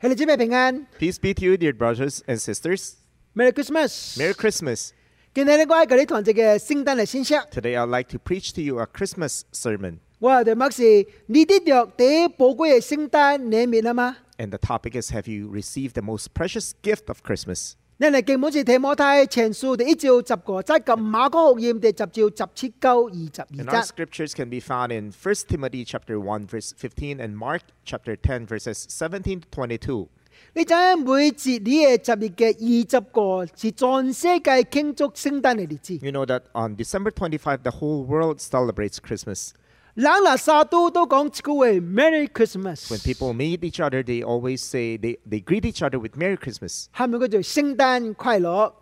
兄弟姐妹平安 Peace be to you, dear brothers and sisters. ，Merry Christmas！ Merry Christmas. 今日咧，我喺同你堂食嘅聖誕嚟信息。 Today I'd like to preach to you a Christmas sermon, 我係 m 默士，你啲藥啲寶貴嘅聖誕禮物啊嘛。 and the topic is Have you received the most precious gift of Christmas? 你嚟敬本是提摩太前書第一章十個，則及馬可福音第十章十七九二十 And 二 our 節。 scriptures can be found in 1 Timothy chapter 1 verse 15 and Mark chapter 10 verses 17 to 22. 你睇每節呢嘅十月嘅二十個是全世界慶祝聖誕嘅日子。 You know that on December 25 the whole world celebrates Christmas. 冷拿撒都都講句話 Merry When Christmas， people meet each other, they always say they, they greet each other with Merry Christmas. 下面佢就聖誕快樂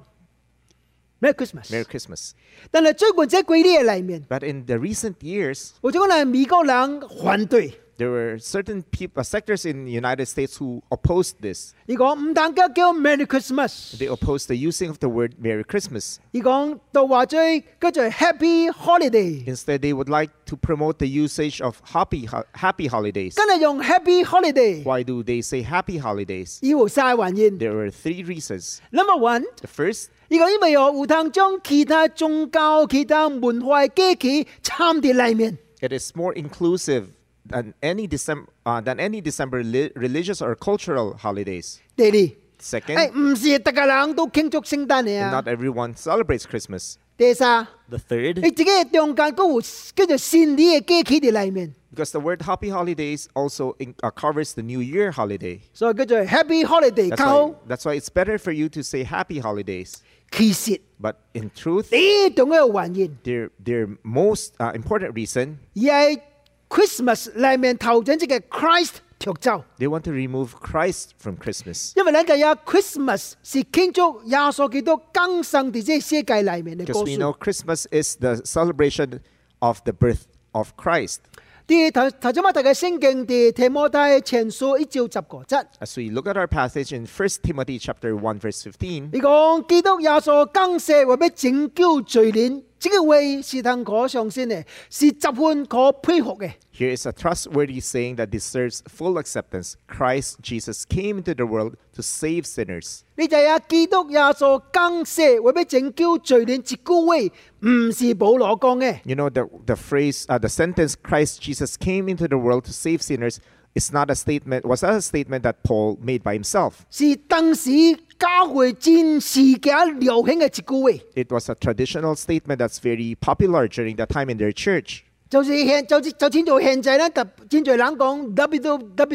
Merry Christmas Merry。Christmas. 但係最近這幾年嘅裏面。 But in the recent years, 我就講嚟美國人反對， there were certain peop- uh, sectors in the United States who opposed this. 佢講唔單叫叫 Merry Christmas， They opposed the using of the word Merry Christmas. 佢講就話最叫做 Happy Holiday， Instead, they would like to promote the usage of happy, ho- happy holidays. 跟住用 Happy Holiday， Why do they say happy holidays? 以和晒還原。 There were three reasons. Number one， The first 呢個因為有胡騰將其他宗教、其他文化嘅機器參啲裡面， it is more inclusive than any December uh, than any December li- religious or cultural holidays. 第二， Second, 誒唔是大家人都慶祝聖誕嘅啊 not。everyone celebrates Christmas. 第三，哎 The third 你自己嘅中間嗰個叫做善啲嘅機器啲裡面， because the word happy holidays also in- uh, covers the New Year holiday. 所以叫做 Happy Holiday。 That's why, 靠， that's why it's better for you to say happy holidays. 其實 But in truth, 呢種嘅還原。 their, their most uh, important reason, 而係 Christmas 裏面頭先即嘅 Christ 調奏， they want to remove Christ from Christmas. 因為兩就有 Christmas 是慶祝耶穌基督更生地即世界裏面嘅 Because 歌 we know 書。 Christmas is the celebration of the birth of Christ. 啲頭頭先我提嘅聖經啲提摩太前書一照十個質， As we look at our passage in 1 Timothy chapter 1 verse 15, 你講基督耶穌更世為咩拯救罪人，這個位是同可上先嘅，是十分可佩服嘅。 here is a trustworthy saying that deserves full acceptance. Christ Jesus came into the world to save sinners. 你就係基督耶穌更世為咩拯救罪人，這個位唔是保羅講嘅。 You know, the, the phrase, uh, the sentence, Christ Jesus came into the world to save sinners, is not a statement, was not a statement that Paul made by himself. 是當時教會戰士嘅流行嘅一句話， It was a traditional statement that's very popular during that time in their church. 就是現就就算做現在咧，特戰在人講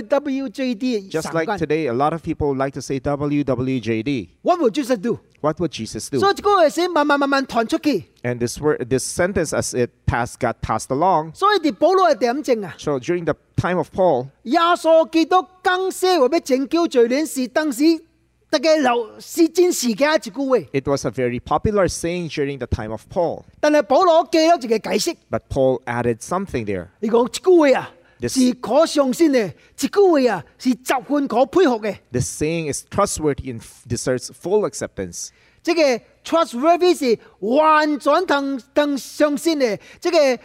WWJD Just 神 like 棍 today, a lot of people like to say WWJD. What would Jesus do？ What would Jesus do? 所以呢個先慢慢慢慢傳出去， and this word, this sentence, as it passed, got passed along. 所以啲保羅係點證啊？ So during the time of Paul, 耶穌基督更些為咩拯救罪人，是當時特嘅流是戰士嘅一句話， it was a very popular saying during the time of Paul. 但係保羅記咗自己解釋， But Paul added something there. 你講呢句話啊， Yes. 是可相信嘅，呢句話啊是十分可佩服嘅。 This saying is trustworthy and f- deserves full acceptance. 即係 trustworthy 是完全同同上先嘅，即係誒呢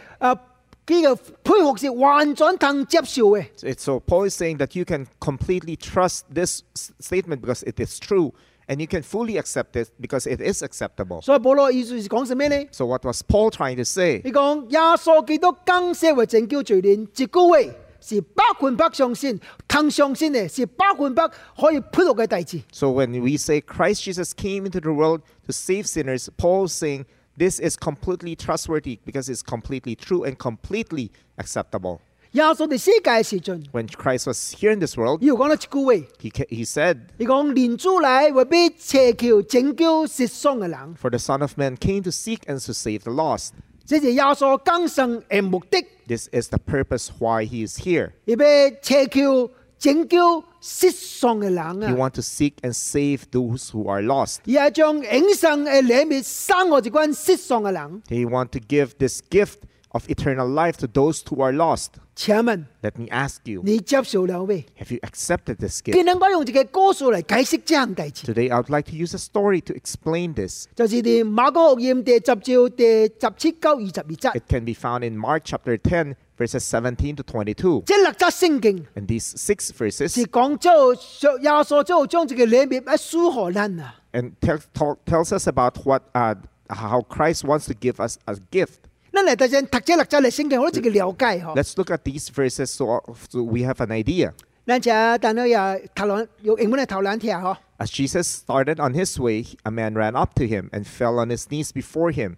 個呃佩服是完全同接受嘅。 So It's, so Paul is saying that you can completely trust this s- statement because it is true, and you can fully accept it because it is acceptable. 所以保羅意思是講什咩呢？ So what was Paul trying to say? 你講耶穌基督更些為拯救罪人，這句話是百分百相信，同上先嘅是百分百可以佩服嘅弟子。 So when we say Christ Jesus came into the world to save sinners, Paul's saying this is completely trustworthy because it's completely true and completely acceptable. 耶穌哋世界嘅時陣， When Christ was here in this world, 要講到這句話， he, ca- he said, 你講連主嚟為俾邪教拯救失喪嘅人， For the Son of Man came to seek and to save the lost. 這是耶穌更生嘅目的。 This is the purpose why he is here. 你要邪教拯救失喪嘅人 He 啊， wants to seek and save those who are lost. 而係將永生嘅禮物生我一關失喪嘅人。 He wants to give this gift of eternal life to those who are lost. 請問 Let me ask you, 你接受了未？ have you accepted this 今 gift? 日我用一個歌數嚟解釋這項大詞， Today, I would like to use a story to explain this. 就是第馬可福音第十章第十七九二十二節。 It can be found in Mark chapter 10, verses 17 to 22. 这六则圣经 And these six 是 verses 講咗上耶穌就將這個裏面一舒何人啊， and tell, tell, tells us about what uh, how Christ wants to give us a gift. 嗱嚟第陣讀這六則嚟聖經，我都自己了解嗬。 Let's look at these verses so, so we have an idea. 嗱就但係又頭兩用英文嚟頭兩條嗬。 As Jesus started on his way, a man ran up to him and fell on his knees before him.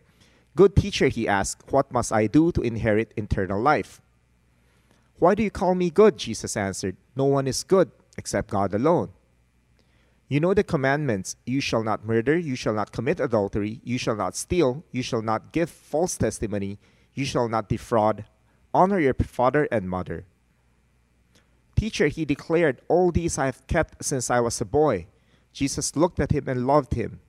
Good teacher, he asked, What must I do to inherit eternal life? Why do you call me good? Jesus answered, No one is good except God alone. You know the commandments you shall not murder, you shall not commit adultery, you shall not steal, you shall not give false testimony, you shall not defraud, honor your father and mother. Teacher, he declared, All these I have kept since I was a boy. Jesus looked at him and loved him.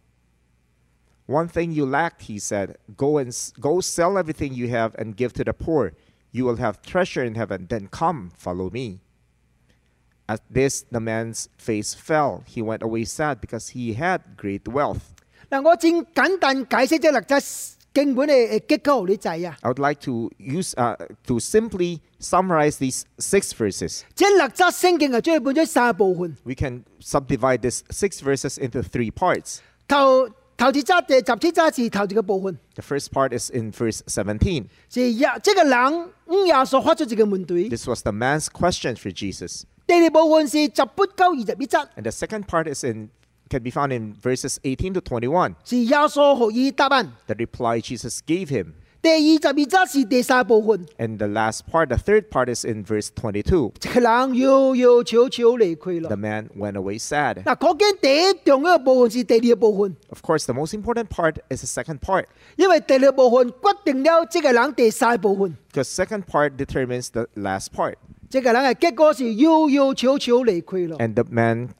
One thing you lack, he said, go and s- go sell everything you have and give to the poor. You will have treasure in heaven. Then come, follow me. At this, the man's face fell. He went away sad because he had great wealth. 嗱，我正簡單解釋這六則經本嘅結構你仔啊。 I would like to use uh, to simply summarize these six verses. 這六則聖經係啊將佢分咗三部分。 We can subdivide these six verses into three parts. 頭頭次則第十次則是頭次嘅部分， The first part is in verse 17. 是耶即個人五耶穌發出自己門對。 This was the man's question for Jesus. 第二部分是十八九二十一則， And the second part is in can be found in verses 18 to 21. 是耶穌學以答案。 The reply Jesus gave him. 第二十二則是第三部分， And the last part, the third part is in verse 22. 即個人要要悄悄離開啦 The。man went away sad. 嗱，嗰經第一重要嘅部分是第二部分， Of course, the most important part is the second part 因為第二部分決定了即個人第三部分。 because second part determines the last part. 即個人嘅結果是要要悄悄離開啦。 And the man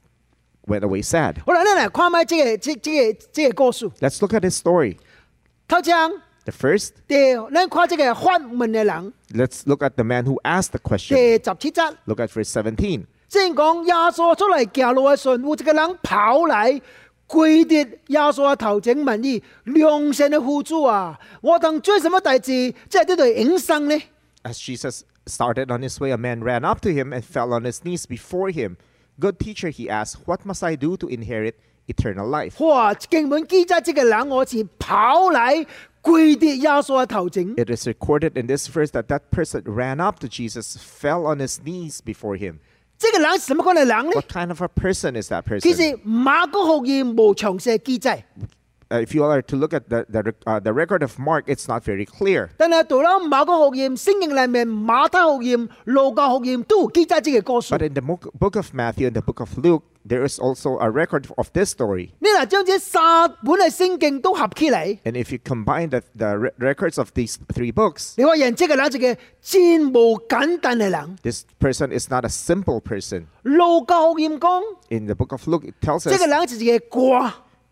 went away sad. 好啦，你嚟看埋即個即即個即個歌詞。 Let's look at his story. 頭先， The first, 第你看即個發問嘅人， let's look at the man who asked the 第 question. 十七則。 Look at verse 17. 正講耶穌出嚟行路嘅時候，有一個人跑嚟，跪跌耶穌嘅頭前問伊：良善嘅父主啊，我當做什麼大事，即係呢度永生呢？ As Jesus started on his way, a man ran up to him and fell on his knees before him. Good teacher, he asked, What must I do to inherit eternal life? 哇！經本記載，這個人我是跑嚟跪跌耶穌嘅頭前。 It is recorded in this verse that that person ran up to Jesus, fell on his knees before him. 這個人是什麼樣嘅人呢 What？kind of a person is that 其 person? 實馬可福音無詳細記載， Uh, if you are to look at the, the, rec- uh, the record of Mark, it's not very clear. 但係到咗馬可福音、聖經裏面、馬太福音、路加福音都有記載這個歌 But 詞。 in the mo- book of Matthew and the book of Luke, there is also a record of this story. 你嗱將這三本嘅聖經都合起嚟。 And if you combine the, the re- records of these three books, 你話人即係諗住嘅戰無簡單嘅人， this person is not a simple person. 路加福音講， in the book of Luke, it tells 即係 us 人自己掛，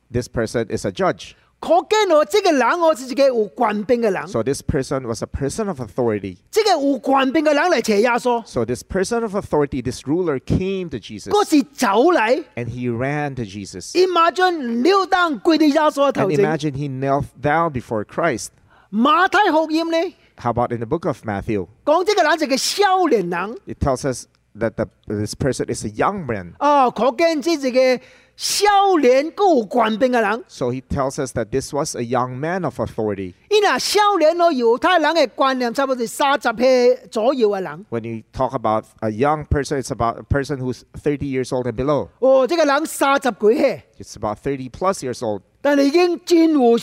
this person is a judge. 可見我即係人我自己有權柄嘅人， So this person was a person of authority. 即係有權柄嘅人嚟邪耶穌， So this person of authority, this ruler, came to Jesus 嗰時走嚟， and he ran to Jesus. 伊馬將了當跪到耶穌嘅 And 頭前。 imagine he knelt down before Christ. 馬太福音呢 How about in the book of Matthew? 講即係人自己少年人， It tells us that the, this person is a young man. 哦，可見即係嘅少年嗰有權柄嘅人， So he tells us that this was a young man of authority. 伊嗱少年咯猶太人嘅觀念差唔多係三十歲左右嘅人。 When you talk about a young person, it's about a person who's 30 years old and below. 哦，即係人三十幾歲。 It's about 30 plus years old. 但係已經戰無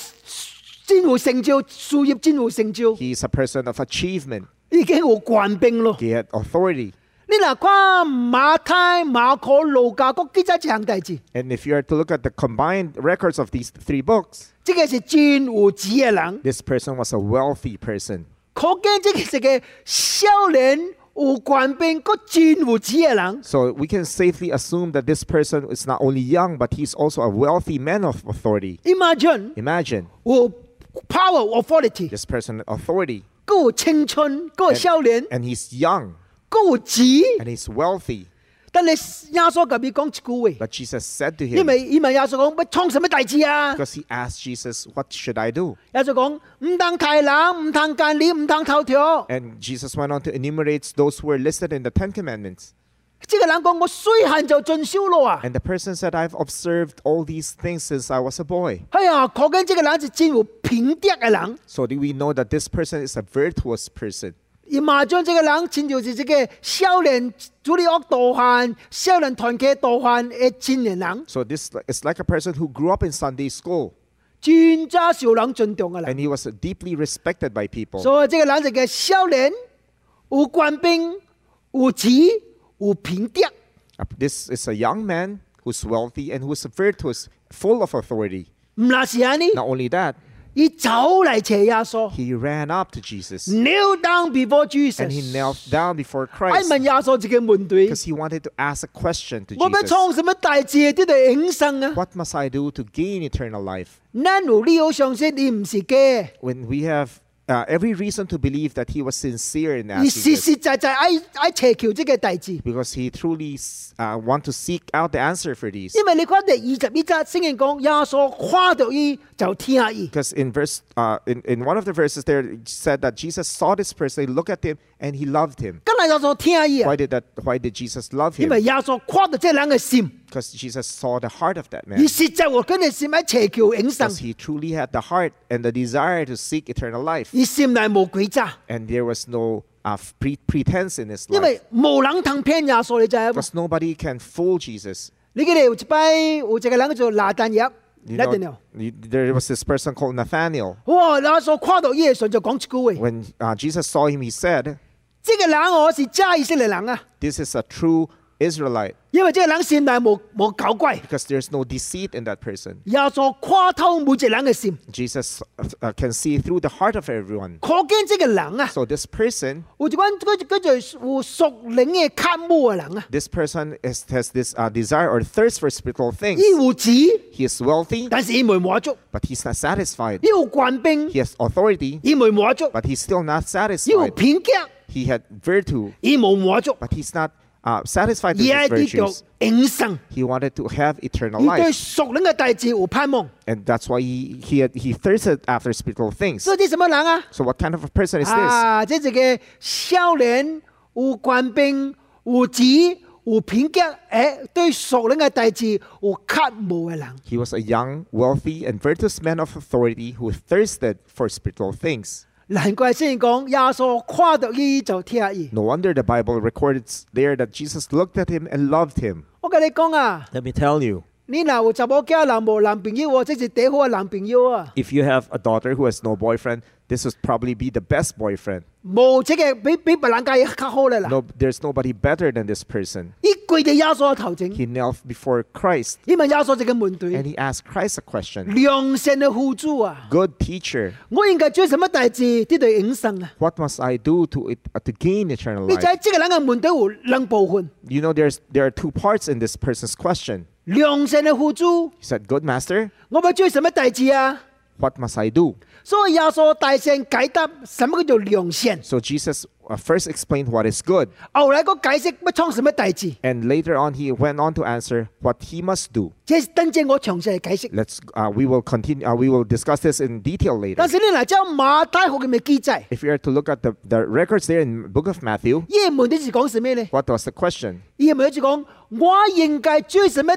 戰無成就，事業戰無成就， He's a person of achievement. 已經好慣病咯。 He had authority. 你嗱跨馬太、馬可、路加各記載一項大字， And if you are to look at the combined records of these three books, 即係是戰無子嘅人， this person was a wealthy person. 可見即係是嘅少年無慣病，個戰無子嘅人， So we can safely assume that this person is not only young, but he's also a wealthy man of authority. 伊馬俊 Imagine 有 power authority， this person had authority, 嗰有青春，嗰有 and, 少年，哎 and he's young, 嗰有子， and he's wealthy. 但你耶穌及佢講一句話， But Jesus said to 因 him, 為因為耶穌講乜創什麼大志啊？ because he asked Jesus, What should I do? 耶穌講唔通太冷，唔通間你，唔通頭條。 And Jesus went on to enumerate those who were listed in the Ten Commandments. 即係人講我衰限就盡燒咯啊！ And the person said, I've observed all these things since I was a boy. 哎呀，講緊即個人是真有品德嘅人， So do we know that this person is a virtuous person? 而麻將即個人真就是即個少年主力惡道行、少年團結道行嘅青年人， So this is like a person who grew up in Sunday school 專家少人尊重嘅人。 and he was deeply respected by people. 所以即個人就嘅少年有官兵、有錢、有品德。Uh, This is a young man who's wealthy and who's virtuous, full of authority. 唔那是安尼， Not only that, 佢走嚟邪耶穌 he ran up to Jesus ，kneel down before and he Jesus， knelt down before 哎問 Christ 耶穌自己問對， because he wanted to ask a question to 我要 Jesus 創什麼大事啲嚟永生啊？ What must I do to gain eternal life? 咱有理由相信你唔是假嘅， When we have uh, every reason to believe that he was sincere in 而 asking 實 this, 實在在愛愛邪求即個大事。 because he truly uh, want to seek out the answer for these. 因為你看第二十一節聖經講耶穌看到伊就聽伊， Because in verse, uh, in, in one of the verses there, it said that Jesus saw this person, he looked at him, and he loved him. 跟嚟耶穌聽伊啊 Why，did that? Why did Jesus love 因為 him? 耶穌看到即個人嘅心。 Because Jesus saw the heart of that 而 man. 實際我跟你心喺邪求永生 Because，he truly had the heart and the desire to seek eternal life, 而心內無鬼詐， and there was no uh, pre- pretense in his 因 life. 為無人通騙耶穌，你知無？ Because nobody can fool Jesus. 你記得有一擺有一個人叫做拿但業， You 拿 know, 但業， you- there was this person called Nathaniel. 哇！耶穌看到耶穌就講一句話：， When uh, Jesus saw him, he said, 這個人我是真以色列人啊， "This is a true Israelite." 因為這個人心內無無搞怪。 Because there's no deceit in that person. 耶穌看透每一個人嘅心， Jesus uh, can see through the heart of everyone. 可見這個人啊， So this person, 有一款佢佢就有屬靈嘅看慕嘅人啊， this person is, has this uh, desire or thirst for spiritual things. 伊有錢， He is wealthy, 但是伊未滿足； but he's not satisfied. 伊有官兵 He，has authority, 伊未滿足； but he's still not 伊有 satisfied. 偏激， He had virtue, 伊冇滿足。 but he's not uh, satisfied with his 耶啲 E 叫 virtues. 永生， He wanted to have eternal 佢對 life, 屬靈嘅大自有盼望。 and that's why he he, had, he thirsted after spiritual things. 所以啲什麼人啊？ So what kind of a person is this? 啊，即係嘅少年有官兵有子有哎偏激，誒對屬靈嘅大自有渴慕嘅人。 He was a young, wealthy, and virtuous man of authority who thirsted for spiritual things. 難怪先講耶穌看到伊就聽伊。 No wonder the Bible records there that Jesus looked at him and loved him. 我跟你講啊， Let me tell you, 你若有查某囝人無男朋友喎，即是第好嘅男朋友啊。 if you have a daughter who has no boyfriend, this would probably be the best boyfriend. 無即個比比別人家較好咧啦。 No, there's nobody better than this person. 伊跪在耶穌嘅頭前， He knelt before Christ 因為耶穌即個門 and 對 he asked Christ a question. 良善嘅付主啊。 Good teacher, 我應該做什麼大事，啲對永生啊？ what must I do to it, uh, to gain eternal 你 life? 知即個人嘅門徒有兩部分， You know, there's there are two parts in this person's question. 良善嘅付出， He said, "Good master, 我要做什麼大事啊？ what must I do?" 所以耶穌大聲解答什麼叫做良善， So Jesus uh, first explained what is good, 後來個解釋乜創什麼大事， and later on he went on to answer what he must do. 這是等陣我詳細嘅解釋。 Let's uh, we will continue. Uh, we will discuss this in detail 但 later. 是你嚟將馬太福音嘅記載， If you are to look at the, the records there in Book of Matthew, 耶門啲是講什麼呢？ what was the question? 耶門一直講我應該做什麼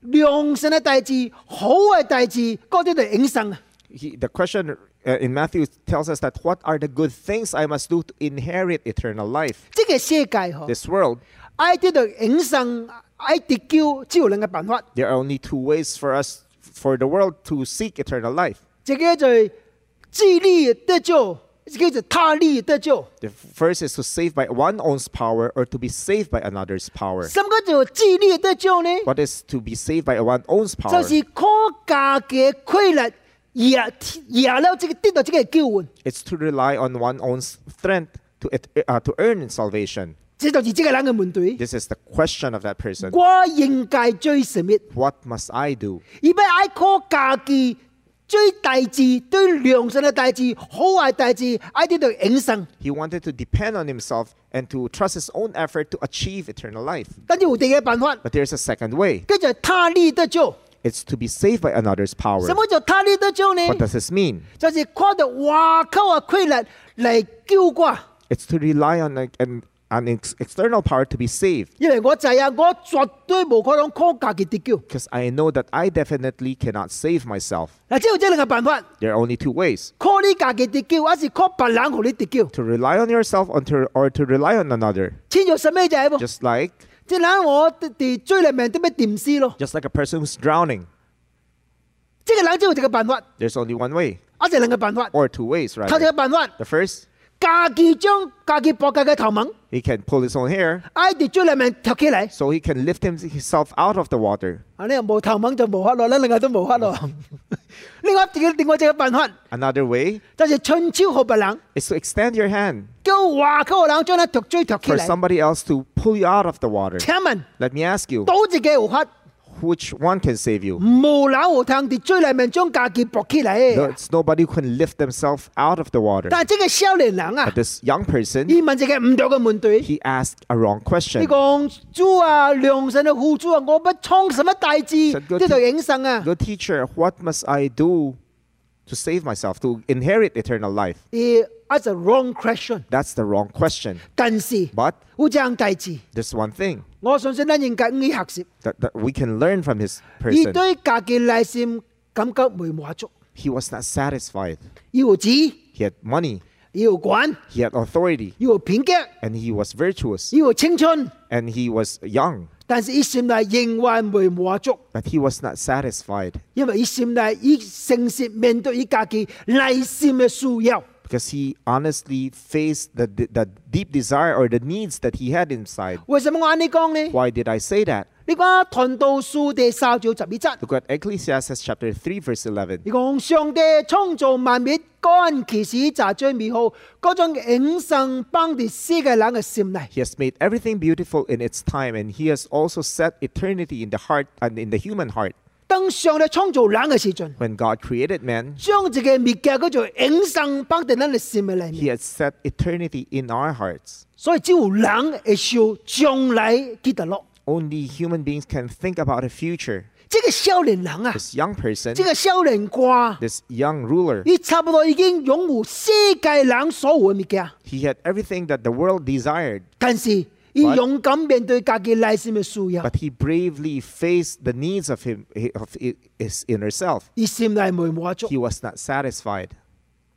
良善嘅大事、好嘅大事，嗰啲對永生啊！ He, the question uh, in Matthew tells us that what are the good things I must do to inherit eternal life? 即係世界嗬。 This world, 爱得到永生，爱得救，只有兩個辦法， there are only two ways for us for the world to seek eternal life. 一個就係自力得救，一個就他力得救。 The first is to save by one own's power or to be saved by another's power. 什麼叫自力得救呢？ What is to be saved by one own's 就 power? 是靠家嘅規律，也也了這個得到這個救援， It's to rely on one own's strength to, et- uh, to earn salvation. 這就是這個人嘅問題。 This is the question of that person. 我應該追什麼？ What must I do? 而不係愛靠家己最大志、对良善嘅大志、好壞大志，一啲對永生。 He wanted to depend on himself and to trust his own effort to achieve eternal life. 跟住有第二個辦法， But there's a second way 跟住他力得救。 it's to be saved by another's power. 什麼叫他力得救呢？ What does this mean? 就是靠着外口嘅規律嚟救我。 It's to rely on a- an, an ex- external power to be saved 因為我知啊，我絕對冇可能靠家己得救。 because I know that I definitely cannot save myself. 嗱，啊只有這兩個辦法， There are only two ways 靠你家己得救，還是靠別人互你得救？ to rely on yourself or to, or to rely on another. 千咗什咩就係喎？ Just like 即係我哋追嚟命都咩掂屍咯？ just like a person who's drowning, 即係人只有一個辦法， there's only one way 一隻兩個辦法。 or two ways 頭一個 rather. 辦法， The first, 家己將家己博格嘅頭猛， he can pull his own hair 挨住追嚟命跳起嚟。 so he can lift himself out of the water. 啊，你又冇頭猛就無法咯，你另外都無法 咯。另外一個另外一個辦法， Another way 就係春超好白冷， is to extend your hand 叫華溝冷將佢跳追跳起 for 嚟。 somebody else to pull you out of the water. 請問 Let me ask you, 倒自己無法？ which one can save you? 無樓無藤地追嚟命將價錢搏起 No, 嚟。 it's nobody who can lift themselves out of the water. 但係即個少年人啊 But，this young person, 伊問自己唔對嘅問題。 he asked a wrong 你 question. 講主啊，良神嘅護主啊，我不創什麼大志，實呢個度影相啊。 Good teacher, what must I do to save myself, to inherit eternal life? 而 as a wrong question， That's the wrong question. 但是 But 有這樣大志， there's one thing 我相信咱應該五學習， that, that we can learn from his 而 person. 對價錢內心感覺未滿足， He was not satisfied. 要錢， He had money, 要管， he had authority, 要偏激， and he was virtuous, 要青春， and he was young. 但是伊心內仍然未滿足。 But he was not satisfied 因為伊心內伊誠實面對伊家己內心嘅需要， because he honestly faced the, the, the deep desire or the needs that he had inside. 為什麼我安尼講呢？ Why did I say that? 你講《傳道書》第三章十二節， Look at Ecclesiastes chapter 3, verse 11. 你講上帝創造萬物，干其使在最美好，嗰種永生幫啲世嘅人嘅心內。 He has made everything beautiful in its time, and he has also set eternity in the heart and in the human heart. 當上帝創造人嘅時陣， When God created man, 將自己嘅物件叫做永生幫啲人嘅心嘅裏 he 面， had set eternity in our hearts. 所以只有人會受將來記得落。 Only human beings can think about a future. 即個少年人啊， This young person, 即個少年瓜。 this young ruler, 你差不多已經擁護世界人所有嘅物件， he had everything that the world desired, 但是要 But- 勇敢面對自己內心嘅需要， but he bravely faced the needs of him of his inner self. 而心內未滿足 He。was not satisfied.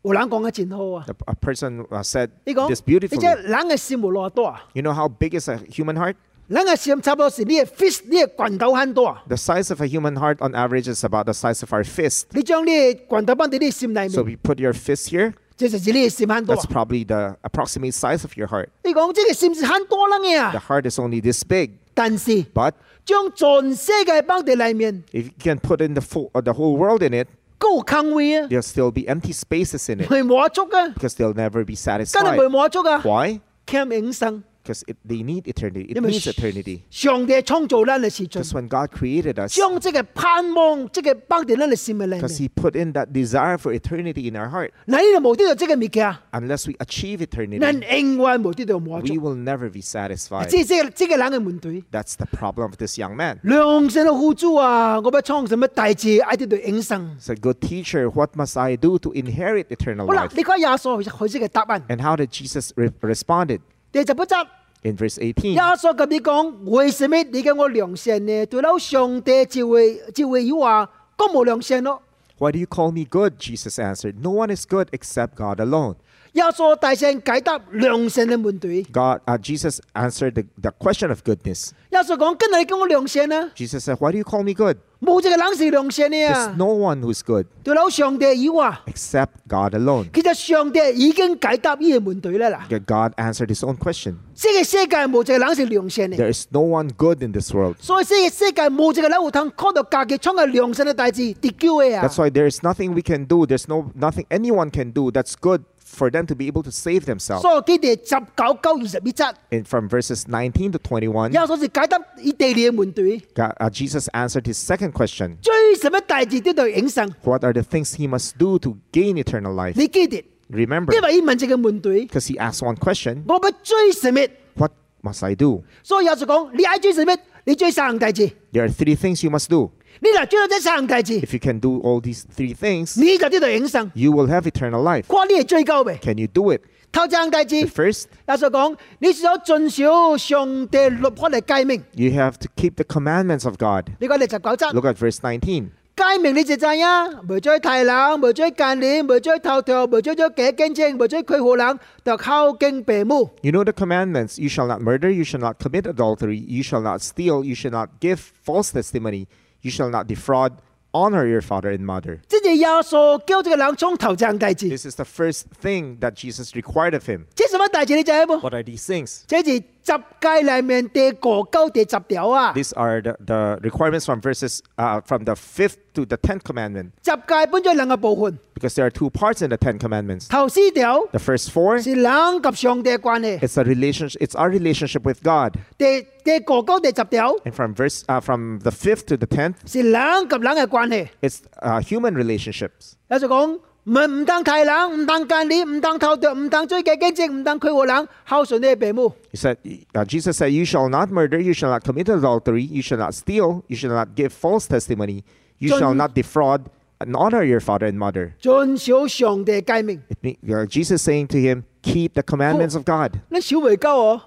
有人講得真好啊！ The, a person uh, said 你講， this 你即 beautifully. 人嘅心無偌大啊， You know how big is a human heart? 人嘅心差不多是你嘅 fist，你嘅拳頭很大。 The size of a human heart on average is about the size of our fist. 你將你嘅拳頭放喺你嘅心內 So 面， we put your fist here. 這就是你嘅心很大。 That's probably the approximate size of your heart. 你講即個心是很大人嘅 The 啊， heart is only this big, 但是 but 將全世界放喺裏面， if you can put in the full or the whole world in it, 夠空位啊， there'll still be empty spaces in it 未滿足啊， because they'll never be 真係未 satisfied. 滿足啊， Why? 欠永生。 Because it, they need eternity. It 因為 needs eternity. 上帝創造咱嘅時陣 Because。when God created us, 將即係盼望，即係包定喺你心嘅裏面。 because He put in that desire for eternity in our heart, 嗱，呢度無端就即係物件， unless we achieve 人 eternity, 永遠無端就滿 we 足。 will never be satisfied. 即係即係即係冷嘅門對。 That's the problem of this young man. 良善嘅付出啊，我不創什麼大志，挨啲對永生。 said, Good teacher, what must I do to inherit eternal 好啦， life? 你講耶穌佢識嘅答案。 And how did Jesus re- responded? 第十八則， In verse 耶 18, 穌咁你講，為什麼你嘅我良善呢？對到上帝就會就會要話，我冇良善咯。 Why do you call me good? Jesus answered, No one is good except God alone. 耶穌大聲解答良善嘅問題。 God, uh, Jesus answered the, the question of goodness. 耶穌講：今日你叫我良善啊， Jesus said, Why do you call me good? 冇一個人是良善嘅 There's 啊。 no one who's good 對到上帝要話。 except God alone. 其實上帝已經解答呢個問題啦嗱， Yet God answered his own question. 呢個世界冇隻人是良善嘅， There is no one good in this world. 所以呢個世界冇隻人會通靠到價嘅創嘅良善嘅大字跌叫嘅啊 That's！why there is nothing we can do. There's no nothing anyone can do that's good for them to be able to save themselves. 所以佢哋十九九二十一節， and from verses 19 to 21, 耶穌就解答佢第二嘅問題： God- uh, Jesus answered his second question 追什麼大字都對應生？ What are the things he must do to gain eternal life? 你記得， Remember, 因為佢問這個問題， because he asked one question 我要追什麼？ What must I do? 所以耶穌講：你愛追什麼？你追三樣大字， There are three things you must do. 你嗱追到這三樣大字， If you can do all these three things, 你就呢度應生。 you will have eternal life. 關呢係追究未？ Can you do it? 頭三樣大字，耶 The first, 穌講：你所遵守上帝律法嚟誡命。 you have to keep the commandments of God. 你講第十九節。 Look at verse 19. 街明你就知啊，唔追太冷，唔追近年，唔追头条，唔追咗几斤精，唔追佢好冷，就靠敬父母。 You know the commandments you shall not murder, you shall not commit adultery, you shall not steal, you shall not give false testimony, you shall not defraud, honor your father and mother. 即系耶稣叫这个人冲头正大字， This is the first thing that Jesus required of him. 即系什么大字你知冇？ What are these things? 即是十戒里面第個九第十条啊，十 These are the, the requirements from verses uh, from the fifth to the tenth commandment, 戒分咗兩個部分， because there are two parts in the ten commandments. 頭四條 The first four, 是人及上帝嘅關係， it's a relationship. It's our relationship with God. 第第個九第十條 And from verse uh, from the fifth to the tenth, 是人及人嘅關係。 it's uh, human relationships. 有就講唔唔當太冷，唔當間你，唔當偷掉，唔當追嘅經精，唔當佢好冷，孝順你嘅父母。 He said, uh, Jesus said, "You shall not murder. You shall not commit adultery. You shall not steal. You shall not give false testimony. You John- shall not defraud, and honor your father and mother." 遵守上帝嘅诫命。 It mean, uh, Jesus saying to him, "Keep the commandments of God." 你小回鳩我，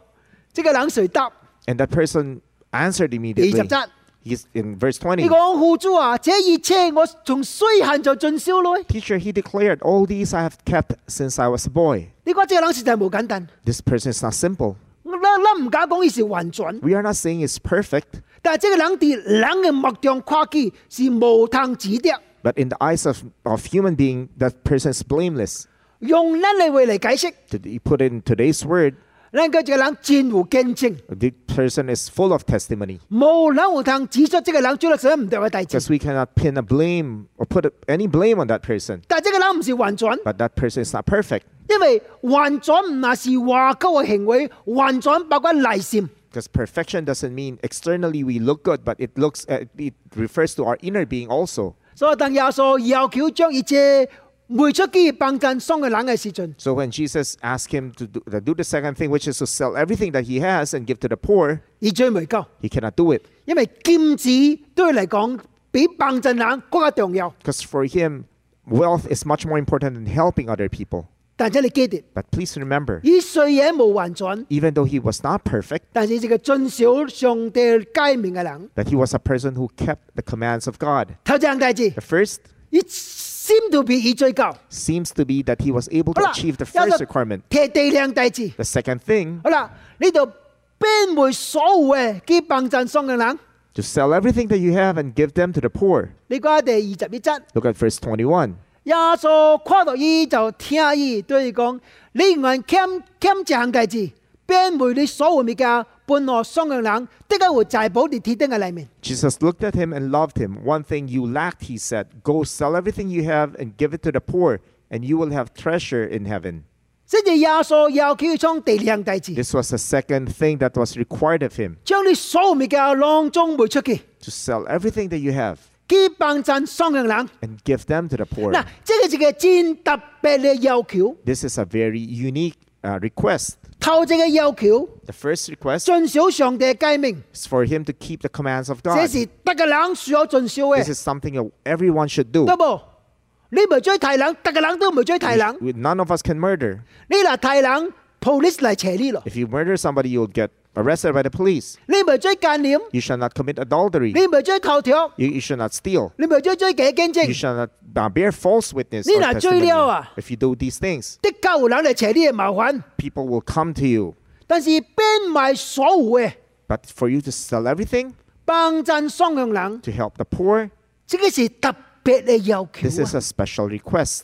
即刻冷誰答？ And that person answered immediately. 27. He's in verse 20. 你講父主啊，這一切我從衰恨就盡消咯。 Teacher, he declared, "All these I have kept since I was a boy." 你講即個冷實在冇簡單， This person is not simple. 我諗諗唔敢講，以是還準。 We are not saying it's perfect, 但係即個冷啲冷嘅目中跨機是無通指的， but in the eyes of, of human being, that person is blameless. 用人嚟為嚟解釋， To you put it in today's word, 能夠即個冷戰乎見證， the person is full of testimony. 無人無通指出即個冷做得什唔對嘅大事。 Because we cannot pin a blame or put a- any blame on that person. 但係即個人唔是還準， But that person is not perfect. 因為還準唔係是話鳩嘅行為，還準包括內善。 Because perfection doesn't mean externally we look good, but it looks uh, it refers to our inner being also. 所以當耶穌要求將一切賣出基業幫襯送去冷嘅時陣， So when Jesus asked him to do, to do the second thing, which is to sell everything that he has and give to the poor, 而最未夠， he cannot do it. 因為劍指對佢嚟講比幫襯冷更加重要。 Because for him, wealth is much more important than helping other people. 但係你記得， But please remember, 以碎嘢無還準， even though he was not perfect, 但是這個遵守上帝誡命嘅人， that he was a person who kept the commands of God. 頭正大字， The first 以先到比以最高。 seems to be that he was able 好 to 啦， achieve the 有 first 個 requirement. 踢地量大字， The second thing, 好啦，呢度邊會所有嘅基業幫襯送嘅冷？ to sell everything that you have and give them to the poor. 你講第二十一節。 Look at verse 21. 耶穌看到伊就聽伊對伊講：你願欠欠一項代志，便為你所有物件分我送嘅人，的確會財寶在天頂嘅裏面。 Jesus looked at him and loved him. One thing you lacked, he said, go sell everything you have and give it to the poor, and you will have treasure in heaven. 即係耶穌要求將第二項代志， This was the second thing that was required of him 將你所有物件囊中賣出去， to sell everything that you have 去幫襯送嘅人。 and give them to the poor. 嗱，即係一個真特別嘅要求。 This is a very unique uh, request. 頭一個要求， The first request 遵守上帝嘅誡命， is for him to keep the commands of 這 God. 是得嘅人需要遵守 This 嘅， is something that everyone should do. 得冇？你唔追太人，得嘅人都唔追太 We- 人。 we- none of us can murder. 你嗱太冷，police 嚟扯你咯。 If you murder somebody, you'll get arrested by the police. 你咪追間念， You shall not commit adultery. 你咪追頭條， You, you shall not steal. 你咪追追假見 You 證。 shall not uh, bear false witness. or 你若 testimony. 追了啊。 If you do these things, 的確有人嚟扯你嘅麻煩， people will come to you. 但是變賣所有嘅， But for you to sell everything 幫襯雙向人， to help the poor, 這個是特別嘅要 this 求 is 啊。 a special request.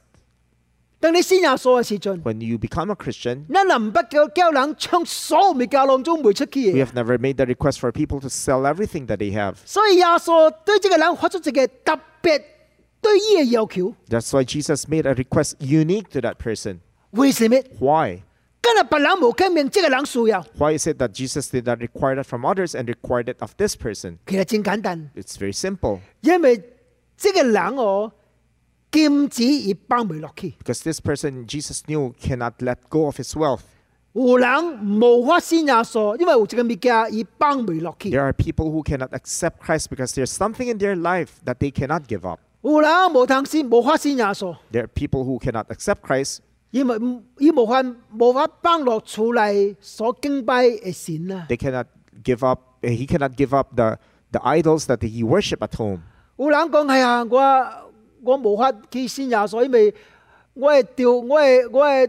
當你先有所嘅時陣， When you become a Christian, 你能不叫叫人將所有嘅教囊中賣出去 we 嘅。 have never made the request for people to sell everything that they have. 所以耶穌對這個人發出一個特別對伊嘅要求， That's why Jesus made a request unique to that person. 为什么？ Why? 今日别人无见面，这个人需要， Why is it that Jesus did not require that from others and required it of this person? 其实真简单， It's very simple 因为这个人哦，金子已放未落去， because this person Jesus knew cannot let go of his wealth. 有人无法信耶稣，因为有一个物件已放未落去， There are people who cannot accept Christ because there's something in their life that they cannot give up. 有人无通信，无法信耶稣， There are people who cannot accept Christ 因为伊无法无法放落厝内所敬拜的神啊。 they cannot give up eh, he cannot give up the the idols that he worship at home 有人講係啊，我我無法去信耶穌，因為我係調我係我係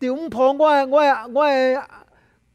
調婆，我係我係我係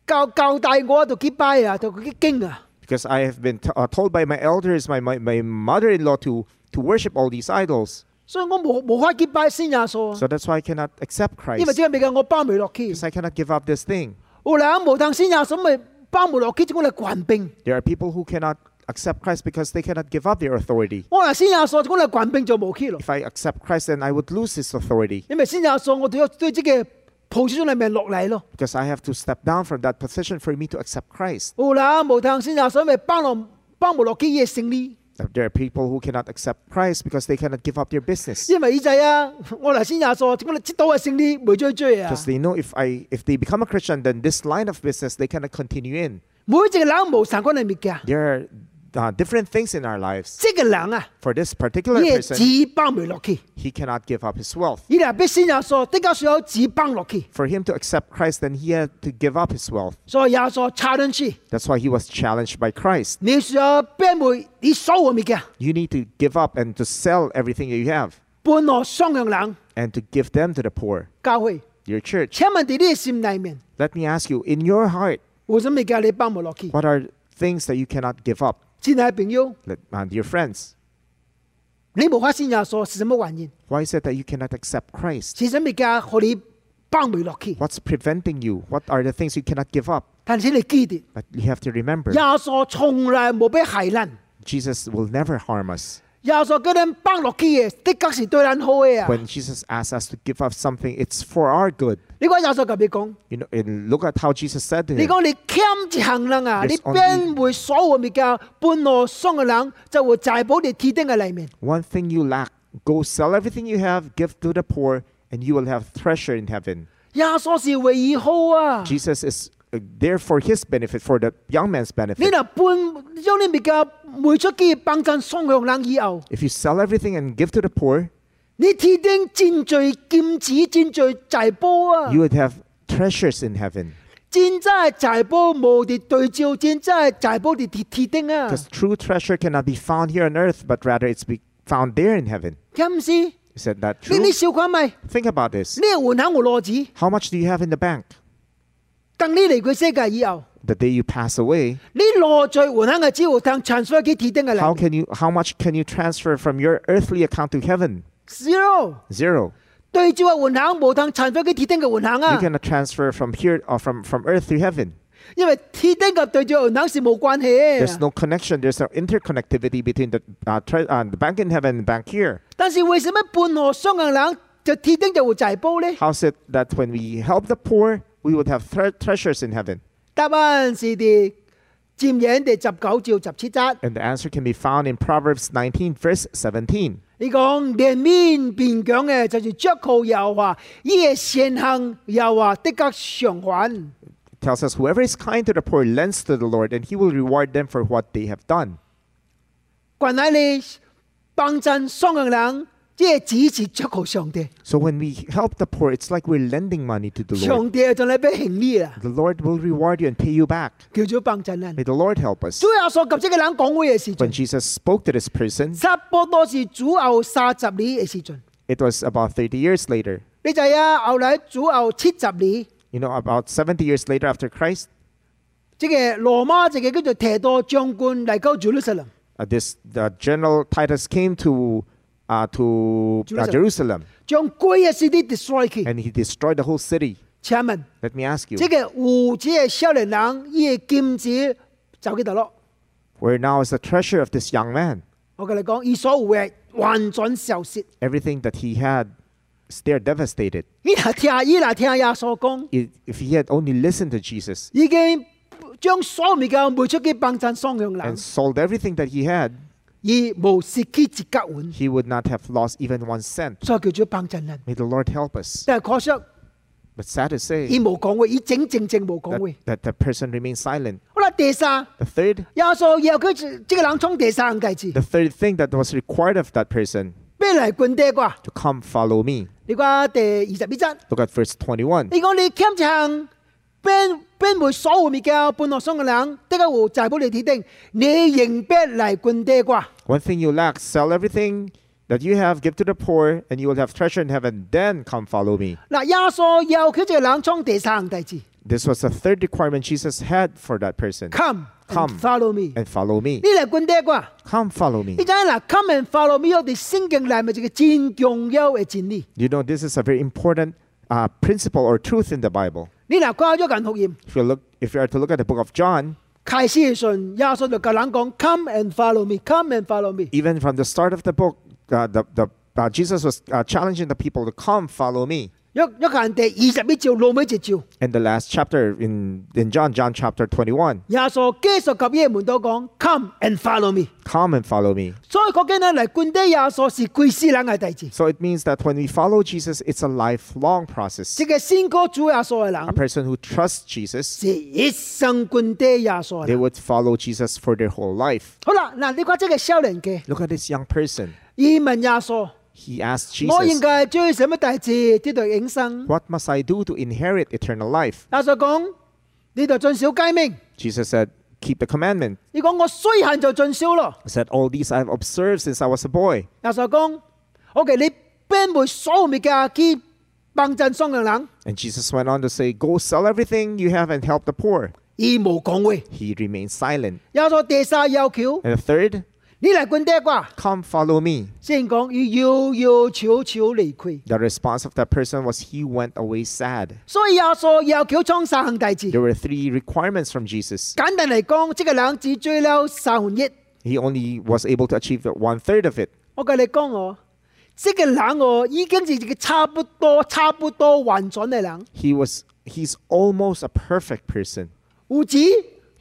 教教大我就去拜啊，就去經啊。 because i have been t- uh, told by my elders my, my, my mother-in-law to to worship all these idols 所以我無無法去拜信耶啊穌， so that's why i cannot accept 因為 christ 即係咪嘅我包未落去。 because i cannot give up this thing 有人無通信耶穌，咪包唔落去，即係我嚟慣病。 there are people who cannot accept christ because they cannot give up their authority 我若信耶穌，即係我嚟慣病就無去咯。 if i accept christ then i would lose his authority 因為信耶穌，我哋要對即個 position 裏面落嚟咯。 because i have to step down from that position for me to accept christ 有人無通信耶穌，咪包落包唔落去伊嘅勝利。 there are people who cannot accept christ because they cannot give up their business 因为依仔啊，我嚟先廿数，我哋知道嘅胜利未追追啊。 because they know if I if they become a Christian, then this line of business they cannot continue in. 每一个人无相关嘅物件， There are uh, different things in our lives. 这个人啊， For this particular 佢 person, 系纸包未落去， he cannot give up his wealth. 伊嚟必先廿数，的确需要纸包落去， For him to accept Christ, then he had to give up his wealth. 所以廿数 challenge， That's why he was challenged by Christ. 你需要变回你所有嘅物件， You need to give up and to sell everything that you have 搬落双向人 and to give them to the poor. 教会。 Your church. 请问你啲心里面， Let me ask you, in your heart, 为什么物件你包唔落去？ what are things that you cannot give up? 亲爱的朋友， Let, uh, dear friends, 你无法先廿数是什么原因？ why is it that you cannot accept Christ? 是什么物件可你包未落去？ What's preventing you? What are the things you cannot give up? 但是你记得， But you have to remember, 耶稣从来冇俾害人。 Jesus will never harm us. 耶稣叫咱放落去嘅，的确是对咱好嘅啊！ When Jesus asks us to give up something, it's for our good. 你讲耶稣咁你讲， You know, and look at how Jesus said to 你 him, 讲你欠一行人啊， Yes, 你 only- 变回所有物件，半路送嘅人就会在保你天顶嘅里面。 One thing you lack, go sell everything you have, give to the poor, and you will have treasure in heaven. 耶稣是为伊好啊！ Jesus is uh, there for his benefit, for the young man's 你 benefit. 若搬将你物件卖出去，帮衬送向人以后， If you sell everything and give to the poor, 你天顶真罪金子真罪财宝啊 you！would have treasures in heaven. 真真嘅财宝无伫对照，真真嘅财宝伫天天顶啊！ Because true treasure cannot be found here on earth, but rather it's be found there in heaven. 咁是，你 Isn't that 你 true? 小看咪？你 Think about this. 換下我攞子。 How much do you have in the bank? 當你離開世界以後， the day you pass away, 你落罪換肯嘅只會當 transfer 幾鐵定嘅 how 嚟 can you how much can you transfer from your earthly account to heaven? zero Zero. 對照嘅換肯冇當 transfer 幾鐵定嘅換肯 You 啊， cannot transfer from here or from, from earth to heaven. 因為鐵定嘅對照換肯是冇關係 There's 嘅。 no connection. There's no interconnectivity between the uh, tre- uh, the bank in heaven and bank here. 但是為什麼半河雙硬冷就鐵定就會債煲呢？ How's it that when we help the poor, we would have tre- treasures in heaven? 答案是啲佔影第十九照十七節， And the answer can be found in Proverbs 19, verse 17. 你講臉面變強嘅就是著靠又話，依嘅善行又話的確償還。 It tells us, Whoever is kind to the poor lends to the Lord, and he will reward them for what they have done. 原來你幫襯雙硬冷，即係只是著靠上帝。 So when we help the poor, it's like we're lending money to the Lord. 上帝就嚟俾行呢啊， The Lord will reward you and pay you back. 叫做幫襯人 May。the Lord help us. 主耶穌及即個人講話嘅時 When 陣， Jesus spoke to this person, 差不多是主後三十年嘅時陣。 it was about 30 years later. 你就啊，後來主後七十年， You know, about 70 years later after Christ, 即個羅馬即個叫做提多將軍嚟到 Jerusalem， uh, this the general Titus came to uh, to uh, Jerusalem. Jerusalem 將貴嘅 city destroy 佢。 and he destroyed the whole city. 請問， Let me ask you, 即個胡子嘅少年人，伊嘅劍子走幾度咯？ where now is the treasure of this young man? 我跟你講，伊所有嘅完全消失， Everything that he had They're devastated. 伊若听，伊若听耶穌講， If if he had only listened to Jesus 已經將所有物件賣出去幫襯雙向人 and，sold everything that he had, 而無蝕去一角換， he would not have lost even one cent. 所以叫做幫襯人。 May the Lord help us. 但係可惜， But sad to say 伊無講話，伊整正正無講 that, 話。 that the person remains silent. 好啦，第三， The third, 耶穌要佢即個人衝第三項代志， the third thing that was required of that person 咩嚟滾地啩？ to come follow me. 你講第二十一節， Look at verse 21. 你講你欠一項，變變賣所有物件搬落雙向人，得個有財寶嚟鐵定，你仍必嚟滾地啩？ One thing you lack, sell everything that you have, give to the poor, and you will have treasure in heaven. Then come follow me. 嗱，耶穌要佢即個人衝第三項代志 This was the third requirement Jesus had for that person. ，Come and Come follow me。 And follow me. 你嚟滾地啩？ Come follow me. 你知啦，come and follow me，我哋聖經裏面一個真重要嘅真理。 You know, this is a very important uh, principle or truth in the Bible. 你嗱跨咗近福音， If you look, if you are to look at the book of John, 開始嘅時候，耶穌就教人講，come and follow me，come and follow me。 even from the start of the book, uh, the, the, uh, Jesus was uh, challenging the people to come follow me. 約約翰第二十一章、六尾一章， In the last chapter in, in John, John chapter 21, 耶穌繼續及耶門徒講，come and follow me。 come and follow me. 所以嗰件呢嚟灌底耶穌是貴死人嘅代志。 So it means that when we follow Jesus, it's a lifelong process. 即個先哥主耶穌嘅 A 人， person who trusts Jesus, 是一生灌底耶穌嘅 they 人。 would follow Jesus for their whole life. 好啦，嗱，你講即個少年嘅， Look at this young person. 伊問耶穌： He asked 我應 Jesus, 該做什麼代志得到永生？ What must I do to inherit eternal life? 耶穌講：你就盡少雞命。 Jesus said, Keep the commandment. 你講我衰限就盡少咯。 He said, All these I've observed since I was a boy. 耶穌講：O.K. 你邊會所有物件去幫襯雙向人？ And Jesus went on to say, Go sell everything you have and help the poor. 伊無講話。 He remained silent. 耶穌第三要求： And the third, 你嚟滾爹啩？ Come follow me. 先講要要悄悄離開。 The response of that person was, He went away sad. 所以耶穌要求創三項大字。 There were three requirements from Jesus. 簡單嚟講，即個人只追了三分一。 he only was able to achieve one third of it. 我跟你講哦，即個人哦已經是一個差不多差不多完全嘅人， He was he's almost a perfect person. 有錢、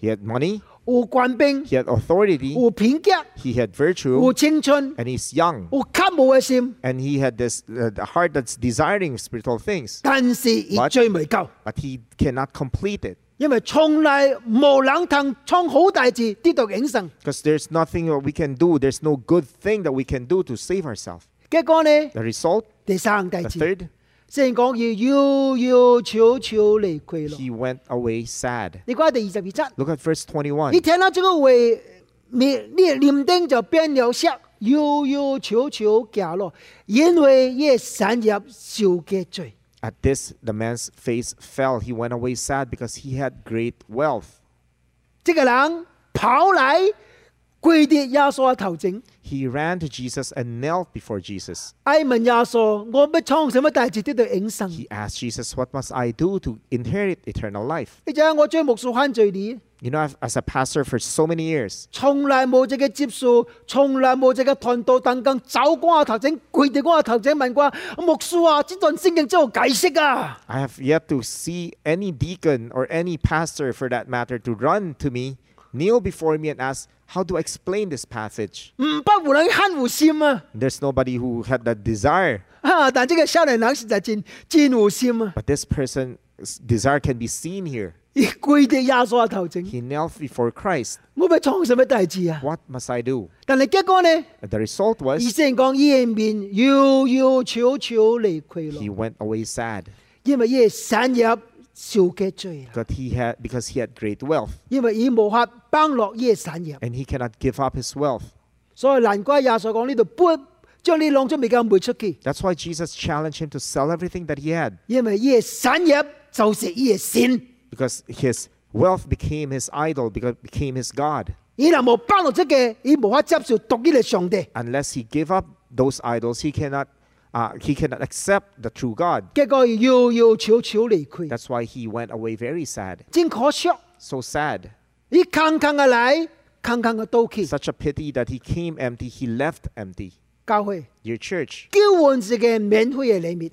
He had money, 有官兵、 he had authority, 有品格、 he 有 had virtue, 青春、 and he's young, 有感冒嘅心， and he had this uh, the heart that's desiring spiritual things, 但是而 But- 最未夠。 but he cannot complete it 因为从来无人通创好大字跌到永生， because there's nothing that we can do. There's no good thing that we can do to save ourselves. 结果呢， The result, 第三大 the 字， third, 先讲要要要悄悄離開咯。 he went away sad. 你讲第二十二节， Look at verse 21. 你聽到这个话，你你念丁就變了色，要要悄悄行咯，因為一散入受嘅罪。 At this, the man's face fell. He went away sad because he had great wealth. 这個人跑嚟跪跌耶穌嘅頭前， he ran to Jesus and knelt before Jesus. 哀問耶穌：我要創什麼大字跌到永生？ He asked Jesus, What must I do to inherit eternal life? 你知影我追牧師犯罪你。 You know, I've, as a pastor for so many years, 從來冇一個接觸，從來冇一個團隊等緊走過我頭前，跪地我頭前問過牧師啊，呢段聖經真係解釋啊！ I have yet to see any deacon or any pastor, for that matter, to run to me, kneel before me, and ask, How do I explain this passage? 唔不無能慳胡心啊！ There's nobody who had that desire, 啊，但這個少年人實在真真胡心啊！ but this person's desire can be seen here. 佢跪地耶穌嘅頭前， He knelt before Christ. 我咪創什麼大志啊？ What must I do? 但係結果呢， And the result 醫 was 生講伊嘅面要要悄悄離開 he 咯， went away sad 因為伊散入受嘅罪啦， because he had, because he had great wealth. 因為伊無法幫落伊嘅散入。 and he cannot give up his wealth. 所以難怪耶穌講呢度搬將呢兩種物件賣出去， That's why Jesus challenged him to sell everything that he had 因為呢個產業就是呢個善， because his wealth became his idol, because became his God. 伊若無包落即嘅，伊無法接受獨一嘅上帝。 Unless he give up those idols, he cannot, uh, he cannot accept the true God. 結果要要悄悄離開， That's why he went away very sad, 真可惜。 so sad. 伊坑坑嘅嚟，坑坑嘅倒去， Such a pity that he came empty, he left empty. 教會， your church. 交換自己免費嘅禮物。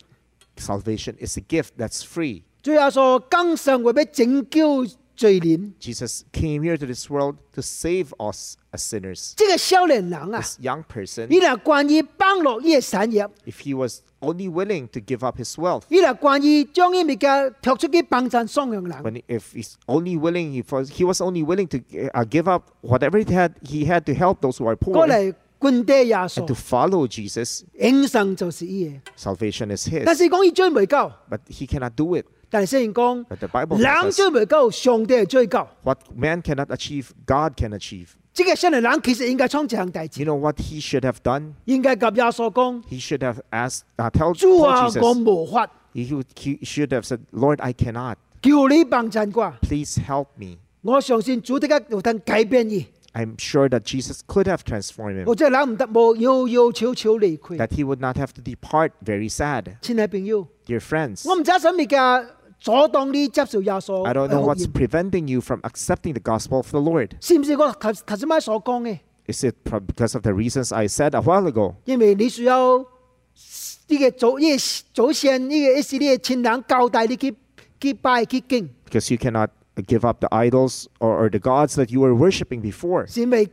Salvation is a gift that's free. 主耶穌更上為咗拯救罪人， Jesus came here to this world to save us as sinners. 即係少年人啊！ This young person, 伊嚟關於幫落呢個產業， if he was only willing to give up his wealth, 伊嚟關於將呢物件托出去幫襯雙向人。 when if he's only willing, if was- he was only willing to uh, give up whatever he had, he had to help those who are 過 poor 嚟灌爹耶 and to 穌， follow Jesus. 永生就是伊嘅。 Salvation is 但 his, 是講伊追未夠， but he cannot do it. 但係雖然講 But the Bible 人 tells 追 us 未夠，上帝係追究。 what man cannot achieve, God can achieve. 即係少年人其實應該創一項大事 You，know what he should have done? 應該及耶穌講： He should have asked, uh, tell, 主 told 啊，我 Jesus. 無法， He, would- he should have said, Lord, I cannot. 叫你幫襯啩。 Please help me. 我相信主的確有能改變伊， I'm sure that Jesus could have transformed him, 或者人唔得無要要悄悄離開。 that he would not have to depart very sad. 親愛朋友， Dear friends, 我唔知什物嘅阻擋你接受耶穌 I don't 嘅 know 福 what's 音 preventing you from accepting the gospel of the Lord. 是唔是我頭頭先咪所講嘅？ Is it prob- because of the reasons I said a while ago? 因為你需要呢個祖呢個祖先呢個一系列親人交代你去去拜去敬， Because you cannot give up the idols or, or the gods that you were worshiping before. 是因為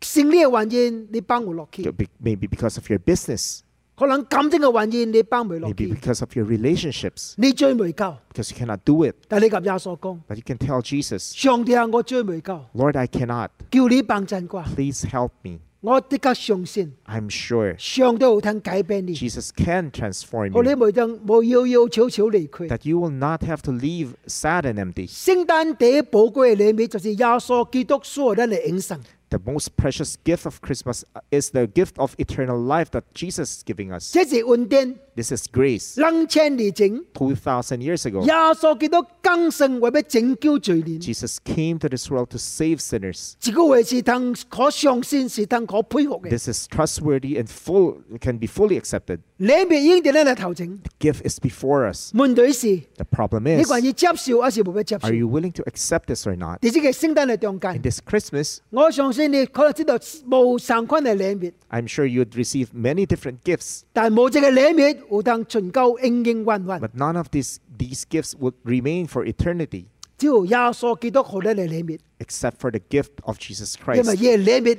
勝利嘅原因你幫唔落去， Be- Maybe because of your business, 可能感情嘅原因你幫唔落 maybe 去， because of your relationships, 你追未夠。 because you cannot do it. 但你及耶穌講， But you can tell Jesus, 上帝啊，我追未夠， Lord, I cannot. 叫你幫襯啩。 Please help me. 我的確相信。 I'm sure 上帝有通改變你， Jesus can transform 我你 you, 每當無要要悄悄離開。 that you will not have to leave sad and empty. 聖誕第一寶貴嘅禮物就是耶穌基督所得嘅永生， The most precious gift of Christmas is the gift of eternal life that Jesus is giving us. 這是恩典。 This is grace. 兩千年前，耶2,000 years ago, 穌基督降生為要拯救罪人， Jesus came to this world to save sinners. 這個話是通可相信，是通可佩服嘅。 This is trustworthy and full can be fully accepted. 禮物已經在咱嘅頭前， The gift is before us. 問題是你 The problem 願 is, 意接受還是無要接受？ are you willing to accept this or not? 在這個聖誕嘅中 In 間， this Christmas, 我相信你可能知道無相關嘅禮物， I'm sure you'd receive many different gifts, 但無這個禮物有通存夠永永遠遠。 but none of these, these gifts would remain for eternity 只要耶穌基督學得你禮物， except for the gift of Jesus 因為 Christ 呢個禮物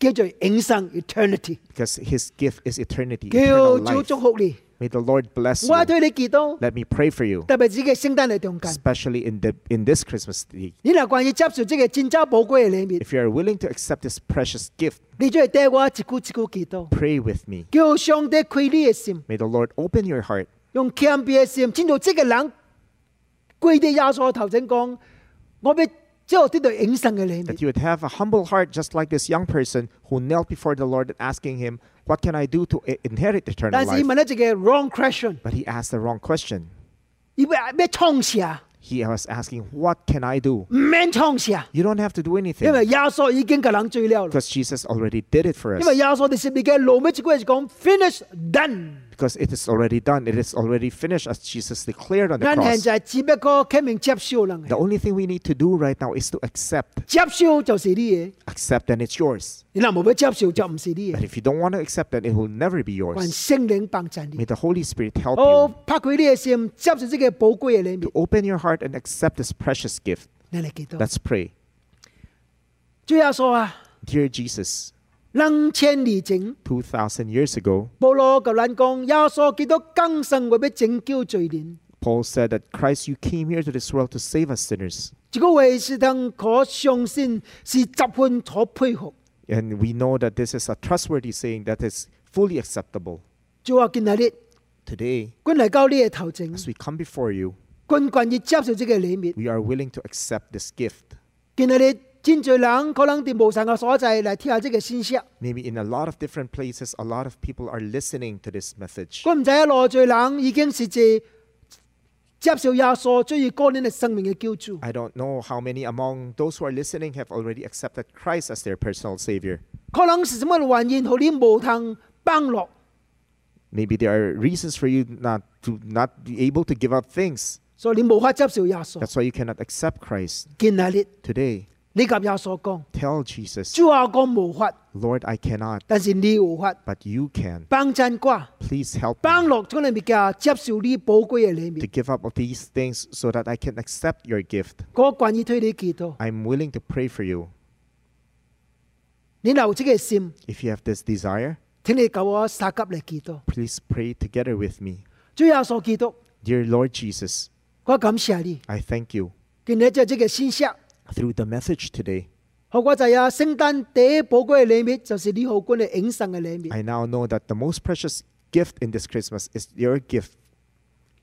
叫做永生 （eternity）， because his gift is eternity, 叫 eternal 主 life. 祝福你。 May the Lord bless 我 you. 對你祈禱， Let me pray for you, 特別自己聖誕嚟中間， especially in, the, in this Christmas day. 你若關於接受這個真真寶貴嘅禮物， If you are willing to accept this precious gift, 你就係對我一句一句祈禱， pray with me. 叫上帝開你嘅心， May the Lord open your heart 用謙卑嘅心，知道這個人跪喺耶穌頭前講：我要只有得到永生嘅禮 that 物。 you would have a humble heart, just like this young person who knelt before the Lord and asking him, What can I do to i- inherit 但 eternal 是佢 life? 問一個 wrong question， But he asked the wrong question. 佢要要創啥？ He was asking, What can I do? 唔免創啥， You don't have to do 因 anything 為耶穌已經給人追了。 because Jesus already did it for 因為 us. 耶穌第十二嘅路尾一句話就講 finish done， Because it is already done, it is already finished, as Jesus declared on the 咱現 cross. 在只不過啟明接受人 The 嘅， only thing we need to do right now is to accept. 接受就是呢嘢， Accept, and it's yours. 你若冇要接受就唔是呢 But 嘢， if you don't want to accept, then it will never be 還 yours. 聖靈幫助你 May。the Holy Spirit help 我 you 拍佢呢嘅心，接受呢個寶貴嘅禮 to 物， open your heart and accept this precious gift. 你嚟祈禱。 Let's pray. 主耶穌啊， Dear Jesus, 兩千年前， 2,000 years ago, 保羅就咱講，耶穌基督更生為要拯救罪人， Paul said that Christ, you came here to this world to save us sinners. 這個話是能可相信，是十分可佩服。 And we know that this is a trustworthy saying that is fully acceptable. 主啊，今日， Today, 君嚟到你嘅頭前， as we come before you, 君願意接受呢個禮物。 we are willing to accept this gift. 見到你真濟人可能佇無神嘅所在嚟聽下即個信息， Maybe in a lot of different places, a lot of people are listening to this message. 我唔知影內在人已經是至接受耶穌，追以個人嘅生命嘅救主。 I don't know how many among those who are listening have already accepted Christ as their personal Savior. 可能是什麼原因，互你無通幫落， Maybe there are reasons for you not to not be able to give up things. 所以你無法接受耶穌。啊 That's why you cannot accept Christ 見到你， today. 你及耶穌講： Tell Jesus, 主啊，我無法， Lord, I cannot, 但是你有法， but you can. 幫襯瓜， Please help me 幫落咗裏面嘅，接受呢寶貴嘅裏 to 面。 give up all these things so that I can accept your gift. 我願意推你祈禱， I'm willing to pray for you. 你留自己嘅心， If you have this desire, 請你救我撒急嚟祈禱。 please pray together with me. 主耶穌基督， Dear Lord Jesus, 我感謝你， I thank you. 見你即係嘅信息。 Through the message today, 好我就啊，聖誕第一寶貴嘅禮物就是你好官嘅永生嘅禮物。 I now know that the most precious gift in this Christmas is your gift.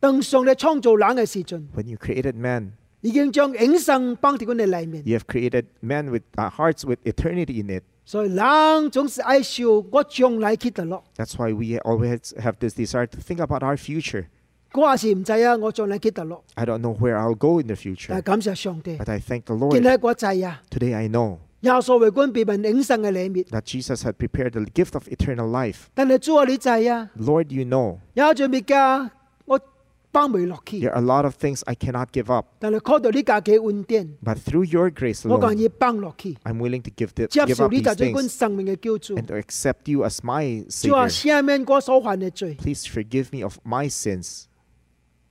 當上帝創造人嘅時陣， When you created man, 已經將永生放喺佢哋裏面。 you have created man with uh, hearts with eternity in it. 所以人總是愛笑，我將來記得落。 That's why we always have this desire to think about our future. 嗰下時唔制啊，我將來記得落。 I don't know where I'll go in the 但 future, 係感謝上帝， but I thank the 見 Lord. 喺嗰制啊， Today I know 耶穌為官被民永生嘅禮物。 that Jesus had prepared the gift of eternal life. 但係主啊，你制啊， Lord, you know 有最滅㗎，我包未落去。 there are a lot of things I cannot give up, 但係靠到呢架嘅恩典， but through your grace 我願 alone, 意包落去， I'm willing to give, the, 接 give 受 up 呢 these 架最官 things 生命嘅救主 and。to accept you as my 主啊， Savior. 赦免我所犯嘅罪。 Please forgive me of my sins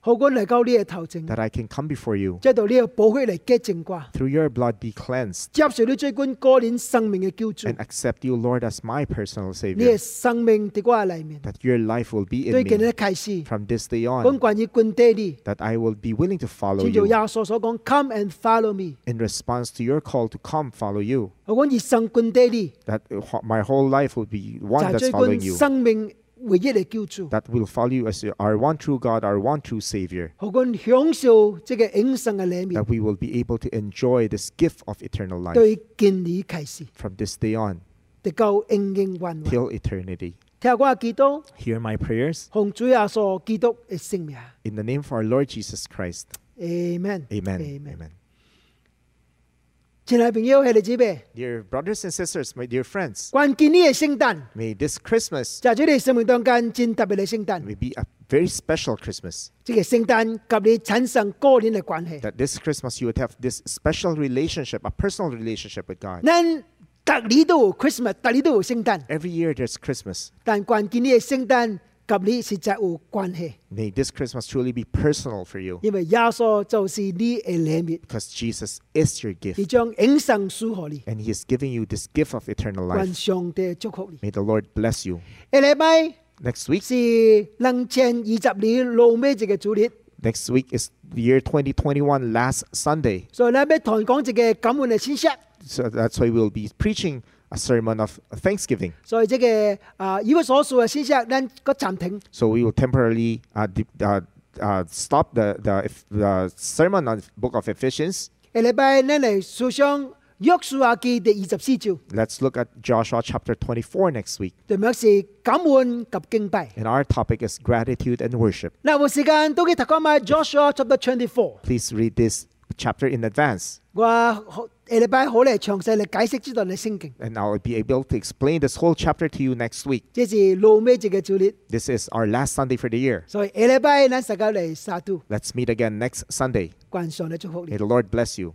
好官嚟到呢個頭前， that I can come before you. 即係到呢個寶血嚟潔淨啩， Through your blood be cleansed 接受呢最官嗰年生命嘅救主。 and accept you, Lord, as my personal 你嘅 Savior. 生命喺嗰個裏面， That your life will be 對 in 佢 me 嘅啟示。 from this day 咁 on. 關於管爹哋， That I will be willing to follow 正如 you 耶穌所講，Come and follow me。 in response to your call to come follow you. 我講一生管爹哋， That uh, my whole life will be 就 one 係 that's 最 following 管 you. 生命唯一嚟救主。 that will follow you as our one true God, our one true Savior, 我講享受即係永生嘅裏面 that，we will be able to enjoy this gift of eternal life 對建立啟示， from this day on 直到永永遠遠。 till eternity. 聽我嘅祈禱， Hear my prayers 奉主耶穌基督嘅聖名 in the name of our Lord Jesus Christ. ，Amen。 Amen. Amen. Amen. 前嚟朋友係你姊妹， Dear brothers and sisters, my dear friends, 關鍵呢個聖誕 may this Christmas 就係喺你生命當間真特別嘅聖誕， may be a very special Christmas. 即係聖誕及你產生嗰年嘅關係。 That this Christmas you would have this special relationship, a personal relationship with God. 咱隔年都有 Christmas，隔年都有聖誕， Every year there's Christmas. 但關鍵呢個聖誕及你實在有關係， May this Christmas truly be personal for you 因為耶穌就是你嘅禮物， because Jesus is your gift. 佢將永生輸何你， and he is giving you this gift of eternal 願 life. 上帝祝福你。 May the Lord bless you. 下禮拜 Next week, 是兩千二十年老尾一個主日， next week is the year 2021, last Sunday. 所以咱要同人講一個感恩嘅信息。 So that's why we'll be preaching a sermon of thanksgiving. 所以即、個啊，以我所述嘅信息，咱個暫停， So we will temporarily uh, de- uh, uh, stop the, the, if the sermon on book of Ephesians. 下禮拜咱嚟思想約書亞記第二十四章， Let's look at Joshua chapter 24 next week. 題目是感恩及敬拜。 And our topic is gratitude and worship. 嗱，有時間都去讀講埋 Joshua chapter twenty four， Please read this chapter in advance, 我好下禮拜好嚟詳細嚟解釋呢段嘅聖經。 and I'll be able to explain this whole chapter to you next week. 這是路尾一個主日， This is our last Sunday for the year. 所以下禮拜咱實夠嚟撒都， Let's meet again next Sunday. 關上嚟祝福你 May。the Lord bless you.